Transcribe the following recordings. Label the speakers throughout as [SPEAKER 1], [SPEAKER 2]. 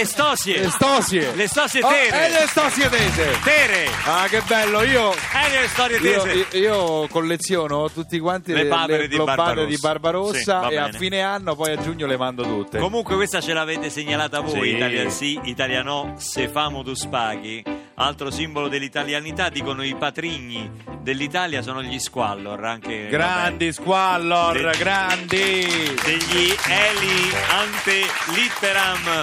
[SPEAKER 1] stosie, estosie,
[SPEAKER 2] Le stosie.
[SPEAKER 1] le stosie
[SPEAKER 2] Oh,
[SPEAKER 1] tere,
[SPEAKER 2] eh, le stosie tese.
[SPEAKER 1] tere,
[SPEAKER 2] Ah, che bello. Io,
[SPEAKER 1] Elio le storie
[SPEAKER 2] io,
[SPEAKER 1] tese.
[SPEAKER 2] io colleziono tutti quanti
[SPEAKER 1] Le
[SPEAKER 2] le,
[SPEAKER 1] papere di
[SPEAKER 2] globate
[SPEAKER 1] Barbarossa.
[SPEAKER 2] di Barbarossa
[SPEAKER 1] Sì, va
[SPEAKER 2] e a
[SPEAKER 1] bene.
[SPEAKER 2] fine anno, poi a giugno le mando tutte.
[SPEAKER 1] Comunque questa ce l'avete segnalata voi,
[SPEAKER 2] Sì.
[SPEAKER 1] Italia sì, Italia no, se famo tu spaghi. Altro simbolo dell'italianità, dicono i patrigni dell'Italia, sono gli squallor, anche
[SPEAKER 2] grandi squallor,
[SPEAKER 1] Eh, Le-
[SPEAKER 2] grandi.
[SPEAKER 1] vabbè, degli eli ante litteram.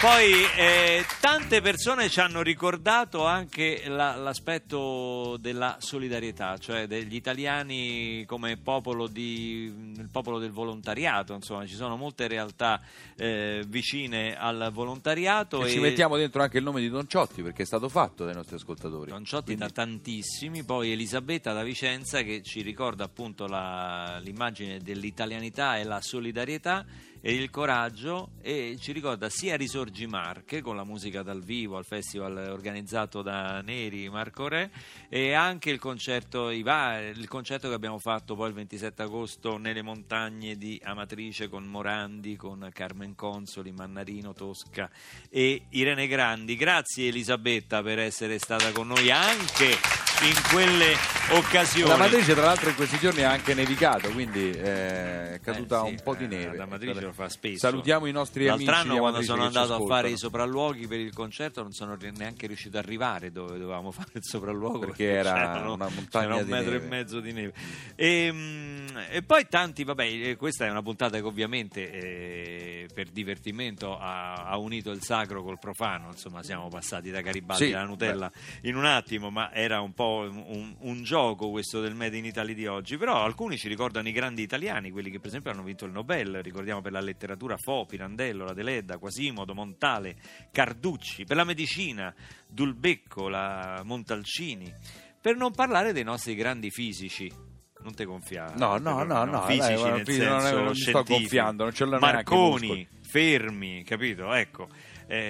[SPEAKER 1] Poi eh, tante persone ci hanno ricordato anche la- l'aspetto della solidarietà, cioè degli italiani come popolo, di, il popolo del volontariato, insomma ci sono molte realtà eh, vicine al volontariato.
[SPEAKER 2] E ci mettiamo dentro anche il nome di Don Ciotti perché è stato fatto dai nostri ascoltatori.
[SPEAKER 1] Don Ciotti
[SPEAKER 2] Quindi-
[SPEAKER 1] da tantissimi, poi Elisabetta da Vicenza che ci ricorda appunto la- l'immagine dell'italianità e la solidarietà e il coraggio e ci ricorda sia Risorgi Marche con la musica dal vivo al festival organizzato da Neri Marco Re e anche il concerto, i va- il concerto che abbiamo fatto poi il 27 agosto nelle montagne di Amatrice con Morandi, con Carmen Consoli, Mannarino, Tosca e Irene Grandi. Grazie Elisabetta per essere stata con noi anche in quelle occasioni.
[SPEAKER 2] La matrice, tra l'altro, in questi giorni ha anche nevicato, quindi eh, è caduta
[SPEAKER 1] Eh, sì,
[SPEAKER 2] un po' di
[SPEAKER 1] eh,
[SPEAKER 2] neve.
[SPEAKER 1] La matrice lo fa spesso.
[SPEAKER 2] Salutiamo i nostri
[SPEAKER 1] L'altro
[SPEAKER 2] amici.
[SPEAKER 1] anno, quando
[SPEAKER 2] amatrici
[SPEAKER 1] sono
[SPEAKER 2] che ci
[SPEAKER 1] andato a fare i
[SPEAKER 2] ascoltano.
[SPEAKER 1] sopralluoghi per il concerto, non sono ri- neanche riuscito ad arrivare dove dovevamo fare il sopralluogo
[SPEAKER 2] Perché era
[SPEAKER 1] c'erano-
[SPEAKER 2] una montagna
[SPEAKER 1] c'era un
[SPEAKER 2] di
[SPEAKER 1] metro
[SPEAKER 2] neve.
[SPEAKER 1] e mezzo di neve. E, mm, e poi tanti, vabbè, eh, questa è una puntata che ovviamente eh, per divertimento ha, ha unito il sacro col profano. Insomma, siamo passati da Garibaldi
[SPEAKER 2] Sì,
[SPEAKER 1] alla Nutella in un attimo, ma era un po' un, un gioco questo del Made in Italy di oggi. Però alcuni ci ricordano i grandi italiani, quelli che per esempio hanno vinto il Nobel, ricordiamo per la letteratura Fo, Pirandello, la Deledda, Quasimodo, Montale, Carducci, per la medicina Dulbecco, la Montalcini, per non parlare dei nostri grandi fisici. Non te gonfiare.
[SPEAKER 2] No, no,
[SPEAKER 1] Però,
[SPEAKER 2] no, no, dai,
[SPEAKER 1] fisici
[SPEAKER 2] guarda,
[SPEAKER 1] nel
[SPEAKER 2] fisico, non è-
[SPEAKER 1] senso
[SPEAKER 2] non mi sto
[SPEAKER 1] scientifico.
[SPEAKER 2] gonfiando, non ce l'ho neanche i
[SPEAKER 1] Marconi,
[SPEAKER 2] muscoli.
[SPEAKER 1] Fermi, capito? Ecco,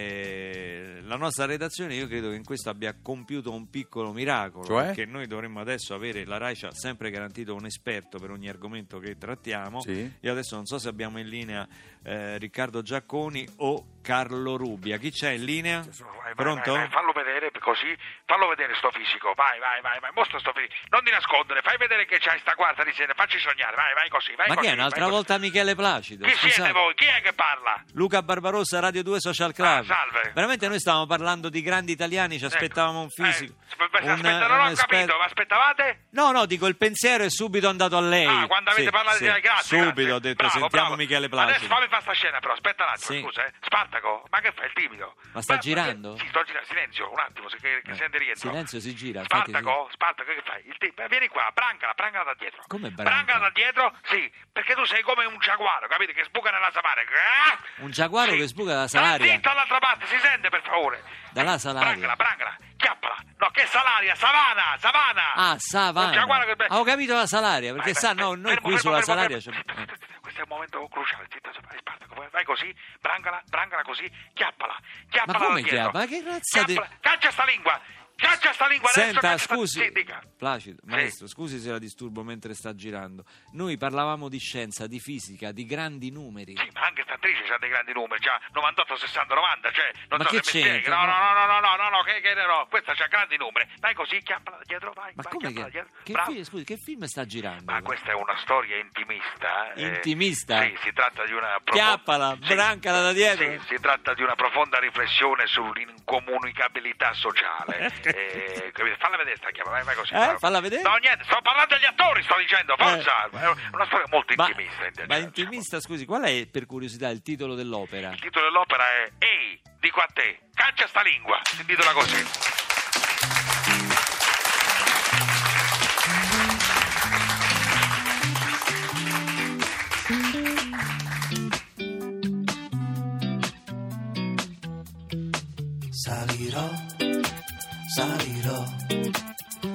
[SPEAKER 1] eh, la nostra redazione io credo che in questo abbia compiuto un piccolo miracolo,
[SPEAKER 2] Cioè?
[SPEAKER 1] perché noi dovremmo adesso avere, la RAI ci ha sempre garantito un esperto per ogni argomento che trattiamo,
[SPEAKER 2] Sì.
[SPEAKER 1] io adesso non so se abbiamo in linea eh, Riccardo Giacconi o Carlo Rubbia, chi c'è in linea?
[SPEAKER 3] Vai, vai,
[SPEAKER 1] Pronto?
[SPEAKER 3] vai, vai, fallo vedere così, fallo vedere sto fisico, vai, vai, vai, vai, mostra sto fisico, non ti nascondere, fai vedere che c'hai sta quarta di sera, facci sognare, vai, vai così, vai
[SPEAKER 1] Ma
[SPEAKER 3] così.
[SPEAKER 1] chi è? Un'altra
[SPEAKER 3] vai così.
[SPEAKER 1] volta Michele Placido?
[SPEAKER 3] Chi siete
[SPEAKER 1] Scusate.
[SPEAKER 3] voi? Chi è che parla?
[SPEAKER 1] Luca Barbarossa, Radio 2 Social Club.
[SPEAKER 3] Ah, salve. Ecco.
[SPEAKER 1] Veramente noi stavamo parlando di grandi italiani, ci aspettavamo un fisico.
[SPEAKER 3] Eh,
[SPEAKER 1] un-
[SPEAKER 3] aspetta, non
[SPEAKER 1] un
[SPEAKER 3] ho
[SPEAKER 1] esperto.
[SPEAKER 3] capito, ma aspettavate?
[SPEAKER 1] No, no, dico il pensiero è subito andato a lei.
[SPEAKER 3] Ah, quando avete
[SPEAKER 1] Sì,
[SPEAKER 3] parlato
[SPEAKER 1] sì.
[SPEAKER 3] di grazie.
[SPEAKER 1] Subito
[SPEAKER 3] grazie.
[SPEAKER 1] ho detto
[SPEAKER 3] Bravo,
[SPEAKER 1] sentiamo
[SPEAKER 3] bravo.
[SPEAKER 1] Michele Placido.
[SPEAKER 3] Adesso fammi fare sta scena però, aspetta un attimo,
[SPEAKER 1] Sì.
[SPEAKER 3] scusa, eh. Spartaco, ma che fai il timido?
[SPEAKER 1] Ma sta
[SPEAKER 3] Beh,
[SPEAKER 1] girando?
[SPEAKER 3] perché- Sì, sto girando, silenzio, un attimo, se, che, che
[SPEAKER 1] Eh,
[SPEAKER 3] sente rientro.
[SPEAKER 1] silenzio, si gira, infatti
[SPEAKER 3] Spartaco, Spartaco, che fai? Il ti- beh, vieni qua, brancala, brancala da dietro.
[SPEAKER 1] Come
[SPEAKER 3] Brancala
[SPEAKER 1] branca?
[SPEAKER 3] da dietro? Sì, perché tu sei come un giaguaro, capite, che sbuca nella salaria.
[SPEAKER 1] Un giaguaro
[SPEAKER 3] Sì.
[SPEAKER 1] che sbuca dalla
[SPEAKER 3] Stai
[SPEAKER 1] salaria.
[SPEAKER 3] zitto dall'altra parte, si sente per favore.
[SPEAKER 1] Dalla
[SPEAKER 3] Eh,
[SPEAKER 1] salaria.
[SPEAKER 3] Brancala, brancala, chiappala. No, che salaria, savana, savana.
[SPEAKER 1] Ah,
[SPEAKER 3] Un giaguaro
[SPEAKER 1] Savana.
[SPEAKER 3] che-
[SPEAKER 1] Ah, Ho capito la salaria, perché
[SPEAKER 3] Vai,
[SPEAKER 1] sa,
[SPEAKER 3] vai,
[SPEAKER 1] no,
[SPEAKER 3] fermo,
[SPEAKER 1] noi qui
[SPEAKER 3] fermo,
[SPEAKER 1] sulla
[SPEAKER 3] fermo,
[SPEAKER 1] salaria
[SPEAKER 3] fermo.
[SPEAKER 1] c'è- eh.
[SPEAKER 3] Questo è un momento cruciale, zitta, sopra, Spartaco, vai- vai così, brangala, brangala così, chiappala, chiappala
[SPEAKER 1] Ma come
[SPEAKER 3] da dietro.
[SPEAKER 1] chiappa? Ma che razza di-
[SPEAKER 3] Chiappala, Caccia sta lingua, caccia sta lingua, adesso
[SPEAKER 1] Senta,
[SPEAKER 3] caccia sta-
[SPEAKER 1] scusi,
[SPEAKER 3] Sì, dica.
[SPEAKER 1] Placido,
[SPEAKER 3] Sì.
[SPEAKER 1] maestro, scusi se la disturbo mentre sta girando. Noi parlavamo di scienza, di fisica, di grandi numeri.
[SPEAKER 3] Sì, ma anche sta attrice c'ha dei grandi numeri, c'ha 98, 60, 90, cioè, non
[SPEAKER 1] Ma
[SPEAKER 3] so
[SPEAKER 1] che
[SPEAKER 3] se mi spieghi.
[SPEAKER 1] c'entra?
[SPEAKER 3] No, no, no, no, no, no, no, no, che, che no, questa c'ha grandi numeri. Vai così, chiappala da dietro, vai,
[SPEAKER 1] Ma
[SPEAKER 3] vai,
[SPEAKER 1] come
[SPEAKER 3] chiappala da
[SPEAKER 1] che...
[SPEAKER 3] dietro.
[SPEAKER 1] Che,
[SPEAKER 3] Bravo.
[SPEAKER 1] fi- scusi, che film sta girando?
[SPEAKER 3] Ma questa è una storia intimista. eh.
[SPEAKER 1] Intimista?
[SPEAKER 3] Sì, si tratta di una... profo-
[SPEAKER 1] Chiappala,
[SPEAKER 3] Sì.
[SPEAKER 1] brancala da dietro.
[SPEAKER 3] Sì, si tratta di una profonda riflessione sull'incomunicabilità sociale. eh, capito? falla vedere sta chiave, vai, vai così.
[SPEAKER 1] Eh,
[SPEAKER 3] vai.
[SPEAKER 1] falla vedere. Eh.
[SPEAKER 3] No, niente, sto parlando agli attori, sto dicendo, forza. È una storia molto
[SPEAKER 1] Ma-
[SPEAKER 3] intimista. intendiamo,
[SPEAKER 1] Ma,
[SPEAKER 3] diciamo.
[SPEAKER 1] intimista, scusi, qual è per curiosità il titolo dell'opera?
[SPEAKER 3] Il titolo dell'opera è Ehi, dico a te, caccia sta lingua. Si intitola così.
[SPEAKER 4] Salirò, salirò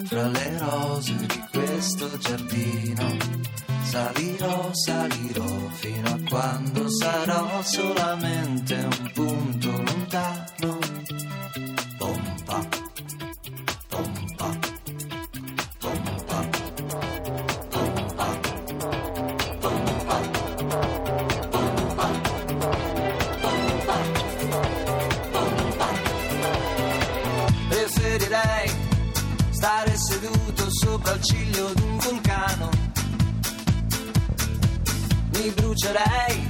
[SPEAKER 4] fra le rose di questo giardino Salirò, salirò fino a quando sarò solamente un punto lontano. Pompa, pompa, pompa, pompa, pompa, pompa, pompa, pompa. Preferirei stare seduto sopra il ciglio di un vulcano. Mi brucerei,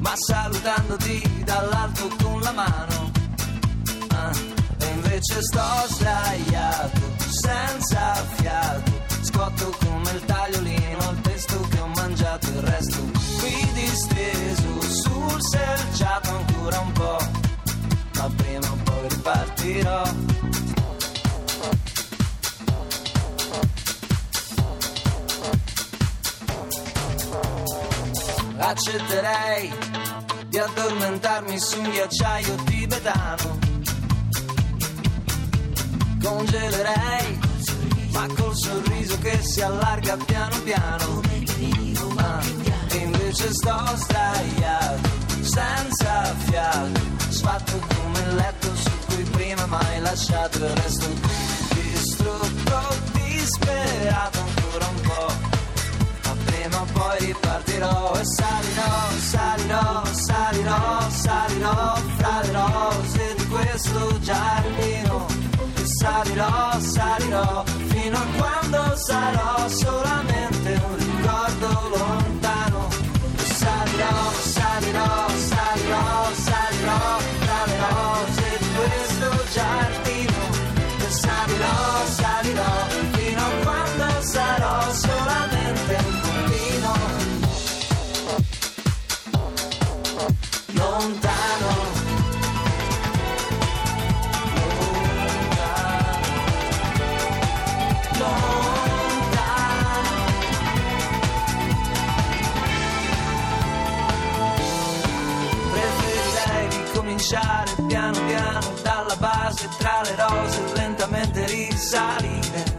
[SPEAKER 4] ma salutandoti dall'alto con la mano. Ah, e invece sto sdraiato, senza fiato, scotto come il tagliolino al pesto che ho mangiato il resto. Qui disteso sul selciato ancora un po', ma prima o poi ripartirò. accetterei di addormentarmi su un ghiacciaio tibetano. Congelerei, ma col sorriso che si allarga piano piano. Ah, e invece sto sdraiato, senza fiato, sfatto come il letto su cui prima mai lasciato il resto qui. Distrutto, disperato ancora un po' ma prima o poi ripartirò e salirò, salirò, salirò, salirò, fra le rose di questo giardino e salirò, salirò, fino a quando sarò solamente un ricordo lontano e salirò, salirò, salirò, salirò, fra le rose di questo giardino salirò, salirò fino a quando sarò solamente un bambino lontano. Lontano. Lontano. Preferirei ricominciare piano piano dalla base tra le rose lentamente risalire.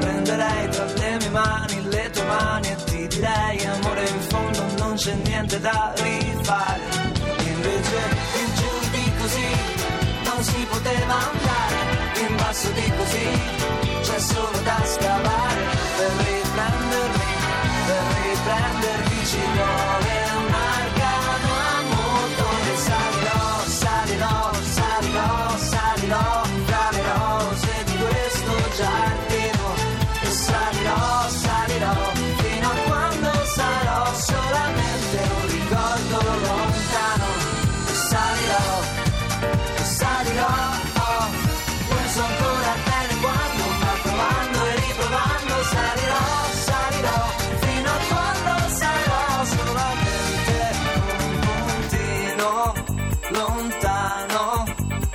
[SPEAKER 4] Prenderei tra le mie mani le tue mani e ti direi amore in fondo non c'è niente da rifare. Invece in giù di così non si poteva andare, in basso di così c'è solo da scavare per riprendermi, per riprendermi ci vuole un arcano a motore. Salirò, salirò, salirò, salirò tra le rose di questo giardino e salirò, salirò fino a quando sarò solamente un ricordo lontano. E salirò salirò oh, penso ancora bene quando ma provando e riprovando salirò salirò fino a quando sarò solamente un puntino lontano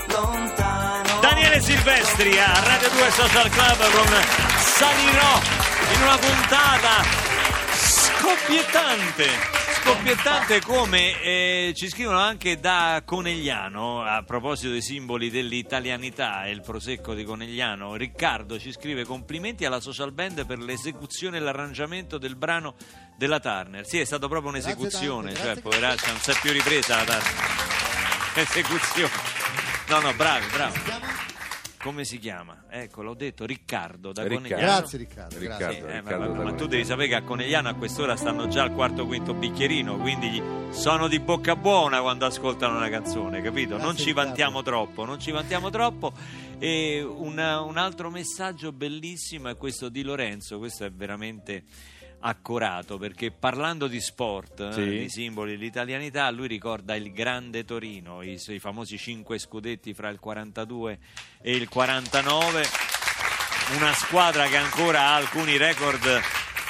[SPEAKER 4] lontano
[SPEAKER 1] Daniele Silvestri a Radio 2 Social Club con Salirò in una puntata scoppiettante. Scoppiettante come eh, ci scrivono anche da Conegliano, a proposito dei simboli dell'italianità e il prosecco di Conegliano, Riccardo ci scrive complimenti alla social band per l'esecuzione e l'arrangiamento del brano della Turner. Sì, è stata proprio un'esecuzione,
[SPEAKER 5] Grazie
[SPEAKER 1] cioè
[SPEAKER 5] tante, grazie.
[SPEAKER 1] poveraccia, non si è più ripresa la Turner. Esecuzione. No, no, bravi, bravi. Come si chiama? Ecco, l'ho detto, Riccardo da
[SPEAKER 2] Riccardo.
[SPEAKER 1] Conegliano.
[SPEAKER 5] Grazie Riccardo,
[SPEAKER 2] Riccardo.
[SPEAKER 1] Sì,
[SPEAKER 5] grazie.
[SPEAKER 1] eh, ma, ma- ma
[SPEAKER 2] Riccardo da
[SPEAKER 1] tu
[SPEAKER 2] Conegliano.
[SPEAKER 1] devi sapere che a Conegliano a quest'ora stanno già al quarto quinto bicchierino, quindi gli- sono di bocca buona quando ascoltano una canzone, capito? Non
[SPEAKER 5] Grazie,
[SPEAKER 1] ci
[SPEAKER 5] Riccardo.
[SPEAKER 1] vantiamo troppo, non ci vantiamo troppo. E una- un altro messaggio bellissimo è questo di Lorenzo, questo è veramente accorato perché parlando di sport, eh,
[SPEAKER 2] Sì.
[SPEAKER 1] di simboli dell'italianità, lui ricorda il grande Torino, i, i famosi cinque scudetti fra il 42 e il 49 una squadra che ancora ha alcuni record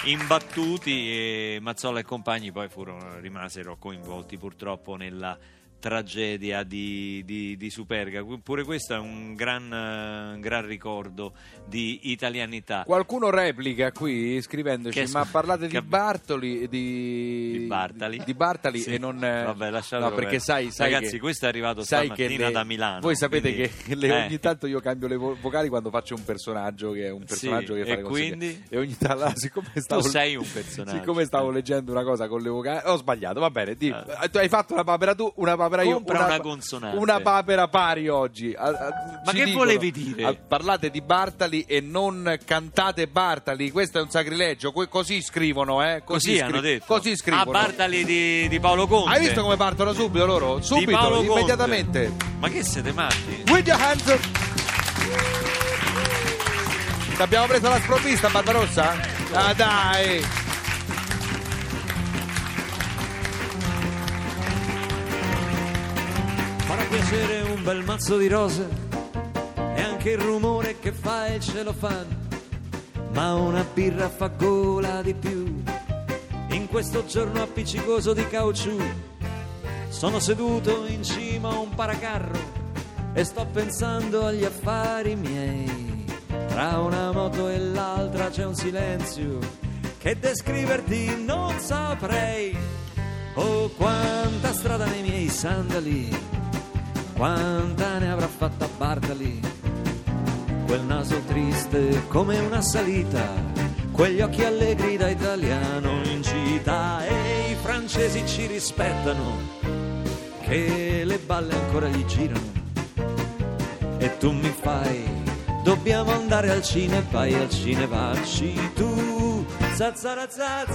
[SPEAKER 1] imbattuti e Mazzola e compagni poi furono, rimasero coinvolti purtroppo nella tragedia di, di- di Superga. Qu- Pure questo è un gran, eh, un gran ricordo di italianità.
[SPEAKER 2] Qualcuno replica qui scrivendoci:
[SPEAKER 1] Che-
[SPEAKER 2] Ma parlate
[SPEAKER 1] che-
[SPEAKER 2] di Bartoli e di,
[SPEAKER 1] Di Bartali,
[SPEAKER 2] di Bartali
[SPEAKER 1] Sì.
[SPEAKER 2] e non. eh,
[SPEAKER 1] Vabbè, lascialo
[SPEAKER 2] no,
[SPEAKER 1] perdere.
[SPEAKER 2] perché sai, sai
[SPEAKER 1] Ragazzi,
[SPEAKER 2] che-
[SPEAKER 1] questo è arrivato
[SPEAKER 2] sai che
[SPEAKER 1] stamattina
[SPEAKER 2] le-
[SPEAKER 1] da Milano,
[SPEAKER 2] Voi sapete
[SPEAKER 1] quindi-
[SPEAKER 2] che le-
[SPEAKER 1] eh.
[SPEAKER 2] ogni tanto io cambio le vo- vocali quando faccio un personaggio che è un
[SPEAKER 1] Sì,
[SPEAKER 2] personaggio che
[SPEAKER 1] e
[SPEAKER 2] fa le consegne.
[SPEAKER 1] quindi?
[SPEAKER 2] E ogni tanto, allora, siccome stavo,
[SPEAKER 1] sei un personaggio.
[SPEAKER 2] Siccome stavo
[SPEAKER 1] Eh.
[SPEAKER 2] leggendo una cosa con le vocali, ho sbagliato. Va bene, di-
[SPEAKER 1] Eh.
[SPEAKER 2] eh, tu hai fatto una papera tu, una papera io.
[SPEAKER 1] Compra una consonante.
[SPEAKER 2] Una papera pari oggi. A- a-
[SPEAKER 1] Ma
[SPEAKER 2] ci
[SPEAKER 1] che
[SPEAKER 2] dicono-
[SPEAKER 1] volevi dire?
[SPEAKER 2] a- parlate di Bartali e non cantate Bartali, questo è un sacrilegio, que- così scrivono, eh?
[SPEAKER 1] Così,
[SPEAKER 2] scri-
[SPEAKER 1] hanno detto.
[SPEAKER 2] Così scrivono.
[SPEAKER 1] A Bartali di, di Paolo Conte.
[SPEAKER 2] Hai visto come partono subito loro?
[SPEAKER 1] Di Paolo
[SPEAKER 2] Subito,
[SPEAKER 1] Conte.
[SPEAKER 2] immediatamente.
[SPEAKER 1] Ma che siete matti?
[SPEAKER 2] With your hands up. Ti abbiamo preso la sprovvista, Barbarossa? Ah dai!
[SPEAKER 4] farà piacere un bel mazzo di rose e anche il rumore che fa il celofan. Ma una birra fa gola di più in questo giorno appiccicoso di caucciù. Sono seduto in cima a un paracarro e sto pensando agli affari miei. Tra una moto e l'altra c'è un silenzio che descriverti non saprei. Oh, quanta strada nei miei sandali! quanta ne avrà fatta Bartali. Quel naso triste come una salita, quegli occhi allegri da italiano in città e i francesi ci rispettano, che le balle ancora gli girano. E tu mi fai, dobbiamo andare al cine, vai al cine, vacci tu. Zazzarazaz,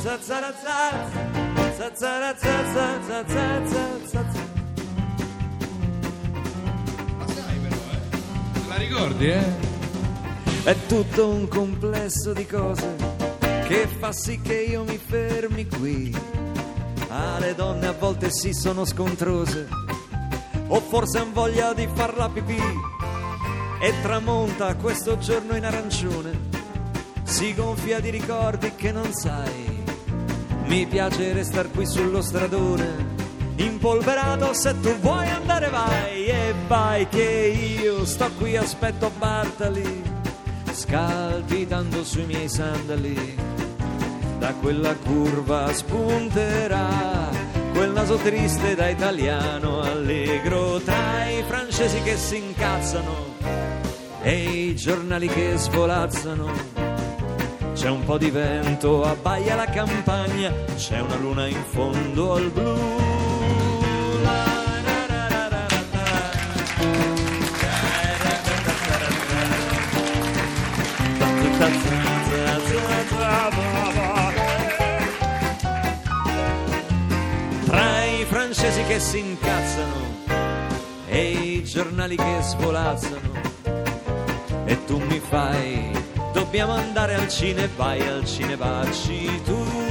[SPEAKER 4] zazzarazaz, zazzarazaz, zazzarazaz.
[SPEAKER 2] eh, La ricordi, eh?
[SPEAKER 4] È tutto un complesso di cose che fa sì che io mi fermi qui. Ah, le donne a volte sì sono scontrose, o forse han voglia di farla pipì. E tramonta questo giorno in arancione, si gonfia di ricordi che non sai. Mi piace restar qui sullo stradone, impolverato se tu vuoi andare vai e vai che io sto qui aspetto Bartali, scalpitando sui miei sandali. Da quella curva spunterà quel naso triste da italiano allegro tra i francesi che si incazzano e i giornali che svolazzano. C'è un po' di vento, abbaia la campagna, c'è una luna in fondo al blu. La na na na na na na. Ta ta ta ta ta ta. Ta ta ta ta ta ta ta. Tra i francesi che si incazzano e i giornali che svolazzano e tu mi fai dobbiamo andare al cine vai al cine vacci tu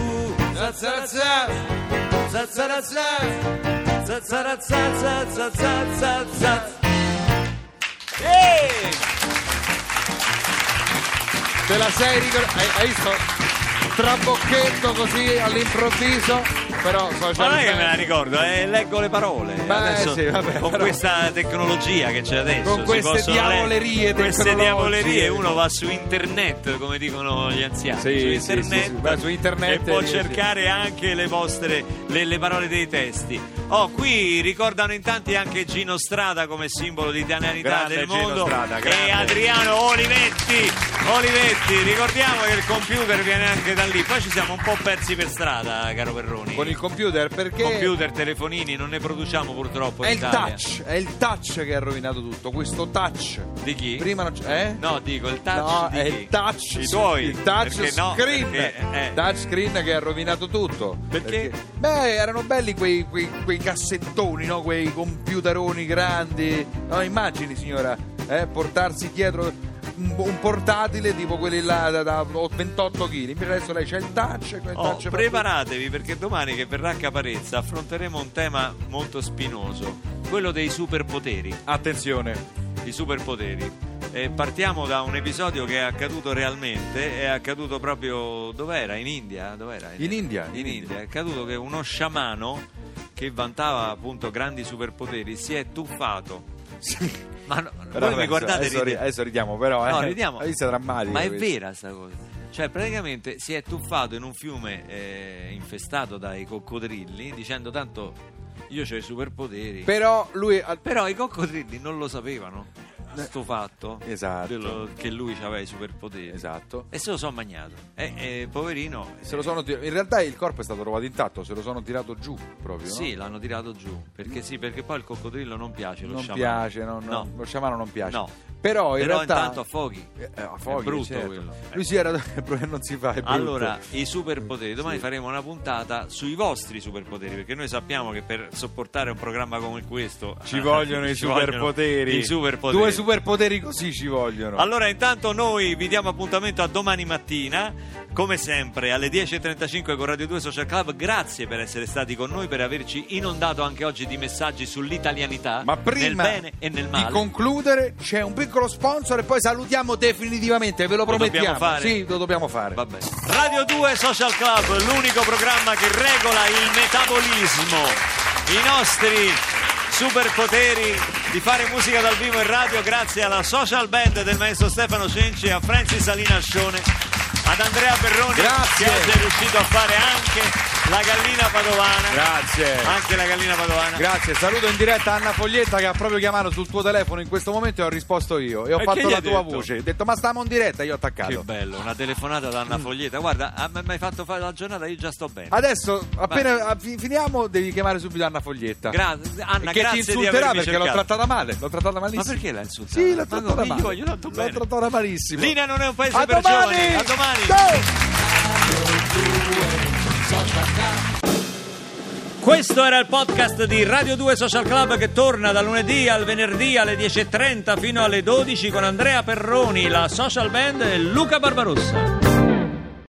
[SPEAKER 4] Zazzarazza, zazzarazza, zazzarazza, zazzarazza, zazz.
[SPEAKER 2] Te la sei ricordata? Hai, hai visto? Trabocchetto così all'improvviso, però
[SPEAKER 1] Ma
[SPEAKER 2] social
[SPEAKER 1] non è che me la
[SPEAKER 2] media.
[SPEAKER 1] ricordo, eh, leggo le parole.
[SPEAKER 2] Ma
[SPEAKER 1] Adesso,
[SPEAKER 2] sì, vabbè,
[SPEAKER 1] con
[SPEAKER 2] però-
[SPEAKER 1] questa tecnologia che c'è adesso,
[SPEAKER 2] Con
[SPEAKER 1] si
[SPEAKER 2] queste
[SPEAKER 1] possono leggere-
[SPEAKER 2] diavolerie
[SPEAKER 1] queste
[SPEAKER 2] tecnologiche.
[SPEAKER 1] diavolerie, uno va su internet, come dicono gli anziani, su,
[SPEAKER 2] Sì, sì,
[SPEAKER 1] internet,
[SPEAKER 2] sì, sì, va su internet
[SPEAKER 1] e può
[SPEAKER 2] e-
[SPEAKER 1] cercare anche le vostre le, le parole dei testi. Oh, qui ricordano in tanti anche Gino Strada come simbolo di italianità
[SPEAKER 2] Grande
[SPEAKER 1] del
[SPEAKER 2] Gino
[SPEAKER 1] mondo
[SPEAKER 2] Strada, grande.
[SPEAKER 1] e Adriano Olivetti. Olivetti, ricordiamo che il computer viene anche da lì. Poi ci siamo un po' persi per strada, caro Perroni
[SPEAKER 2] Con il computer perché
[SPEAKER 1] computer, telefonini, non ne produciamo purtroppo
[SPEAKER 2] è
[SPEAKER 1] in
[SPEAKER 2] il
[SPEAKER 1] Italia.
[SPEAKER 2] touch, è il touch che ha rovinato tutto, questo touch.
[SPEAKER 1] Di chi?
[SPEAKER 2] Prima non c'è, eh?
[SPEAKER 1] No, dico il touch
[SPEAKER 2] No,
[SPEAKER 1] di
[SPEAKER 2] è
[SPEAKER 1] chi?
[SPEAKER 2] il touch,
[SPEAKER 1] I tuoi.
[SPEAKER 2] il touch
[SPEAKER 1] Perché no,
[SPEAKER 2] screen,
[SPEAKER 1] perché, eh.
[SPEAKER 2] touch screen che ha rovinato tutto.
[SPEAKER 1] Perché?
[SPEAKER 2] Beh, erano belli quei, quei- quei cassettoni, no? quei computeroni grandi. No, immagini, signora, eh, portarsi dietro un, un portatile tipo quelli là da, da 28 kg. Invece adesso lei c'è il touch. e quel
[SPEAKER 1] Oh,
[SPEAKER 2] touch fa
[SPEAKER 1] preparatevi perché domani che verrà Caparezza affronteremo un tema molto spinoso, quello dei superpoteri.
[SPEAKER 2] tutto. Attenzione.
[SPEAKER 1] I superpoteri. E partiamo da un episodio che è accaduto realmente, è accaduto proprio dov'era? In India? Dov'era?
[SPEAKER 2] In India,
[SPEAKER 1] In,
[SPEAKER 2] in
[SPEAKER 1] India. È accaduto che uno sciamano che vantava appunto grandi superpoteri, si è tuffato. Ma no,
[SPEAKER 2] Però
[SPEAKER 1] voi mi
[SPEAKER 2] adesso-
[SPEAKER 1] guardate e
[SPEAKER 2] adesso, ri-
[SPEAKER 1] ridete.
[SPEAKER 2] adesso ridiamo, però.
[SPEAKER 1] No,
[SPEAKER 2] eh.
[SPEAKER 1] ridiamo.
[SPEAKER 2] Hai visto drammatico.
[SPEAKER 1] Ma è
[SPEAKER 2] questo.
[SPEAKER 1] vera sta cosa. Cioè, praticamente si è tuffato in un fiume eh, infestato dai coccodrilli dicendo tanto io ho i superpoteri.
[SPEAKER 2] Però lui. ha-
[SPEAKER 1] Però i coccodrilli non lo sapevano. Sto fatto
[SPEAKER 2] Eh, Esatto.
[SPEAKER 1] dello- che lui aveva i superpoteri.
[SPEAKER 2] Esatto.
[SPEAKER 1] E se lo sono magnato. E, e, poverino. eh,
[SPEAKER 2] Se lo sono tir- in realtà il corpo è stato trovato intatto, se lo sono tirato giù proprio. no?
[SPEAKER 1] Sì, l'hanno tirato giù. Perché sì, perché poi il coccodrillo non piace. Lo
[SPEAKER 2] non
[SPEAKER 1] sciamano.
[SPEAKER 2] piace, no, no,
[SPEAKER 1] No.
[SPEAKER 2] lo sciamano non piace.
[SPEAKER 1] No.
[SPEAKER 2] Però in
[SPEAKER 1] Però
[SPEAKER 2] realtà.
[SPEAKER 1] intanto a fuochi.
[SPEAKER 2] Eh, eh, a Fogli,
[SPEAKER 1] È brutto
[SPEAKER 2] certo.
[SPEAKER 1] quello.
[SPEAKER 2] Lui si era. non si fa. È brutto.
[SPEAKER 1] Allora, i superpoteri. Domani faremo una puntata sui vostri superpoteri, perché noi sappiamo che per sopportare un programma come questo
[SPEAKER 2] Ci vogliono i
[SPEAKER 1] ci vogliono
[SPEAKER 2] superpoteri.
[SPEAKER 1] i superpoteri.
[SPEAKER 2] Due superpoteri così ci vogliono.
[SPEAKER 1] Allora, intanto noi vi diamo appuntamento a domani mattina, come sempre, alle 10.35 con Radio 2 Social Club. Grazie per essere stati con noi, per averci inondato anche oggi di messaggi sull'italianità,
[SPEAKER 2] Ma prima
[SPEAKER 1] Ah, nel bene e nel male.
[SPEAKER 2] di concludere c'è un piccolo sponsor e poi salutiamo definitivamente, ve lo,
[SPEAKER 1] dobbiamo
[SPEAKER 2] promettiamo.
[SPEAKER 1] fare?
[SPEAKER 2] Sì, lo dobbiamo fare.
[SPEAKER 1] Vabbè. Radio 2 Social Club, l'unico programma che regola il metabolismo. I nostri superpoteri di fare musica dal vivo in radio grazie alla social band del maestro Stefano Cenci, a Francis Salina Ascione, ad Andrea Perroni
[SPEAKER 2] Grazie.
[SPEAKER 1] che oggi è riuscito a fare anche la gallina padovana.
[SPEAKER 2] Grazie.
[SPEAKER 1] Anche la gallina padovana.
[SPEAKER 2] Grazie, saluto in diretta Anna Foglietta che ha proprio chiamato sul tuo telefono in questo momento e ho risposto io e ho
[SPEAKER 1] E che
[SPEAKER 2] fatto
[SPEAKER 1] gli
[SPEAKER 2] la
[SPEAKER 1] hai
[SPEAKER 2] tua
[SPEAKER 1] detto?
[SPEAKER 2] voce. Ho detto "Ma stiamo in diretta", io ho
[SPEAKER 1] che
[SPEAKER 2] attaccato.
[SPEAKER 1] bello, una telefonata da una foglietta. Guarda, a me mi hai fatto fare la giornata, io già sto bene.
[SPEAKER 2] Adesso appena a- fi- finiamo devi chiamare subito Anna Foglietta.
[SPEAKER 1] Grazie, Anna,
[SPEAKER 2] che ti
[SPEAKER 1] grazie di
[SPEAKER 2] insulterà
[SPEAKER 1] avermi
[SPEAKER 2] perché l'ho
[SPEAKER 1] cercato.
[SPEAKER 2] trattata male, l'ho trattata malissimo.
[SPEAKER 1] Ma perché l'ha insultata?
[SPEAKER 2] Sì, l'ho
[SPEAKER 1] Ma
[SPEAKER 2] trattata
[SPEAKER 1] come, io
[SPEAKER 2] male.
[SPEAKER 1] voglio tanto
[SPEAKER 2] l'ho
[SPEAKER 1] bene.
[SPEAKER 2] trattata malissimo.
[SPEAKER 1] Linea non è un paese
[SPEAKER 2] a
[SPEAKER 1] per
[SPEAKER 2] domani!
[SPEAKER 1] giovani. A domani.
[SPEAKER 2] Ciao!
[SPEAKER 1] Questo era il podcast di Radio 2 Social Club che torna da lunedì al venerdì alle 10.30 fino alle 12 con Andrea Perroni, la social band e Luca Barbarossa.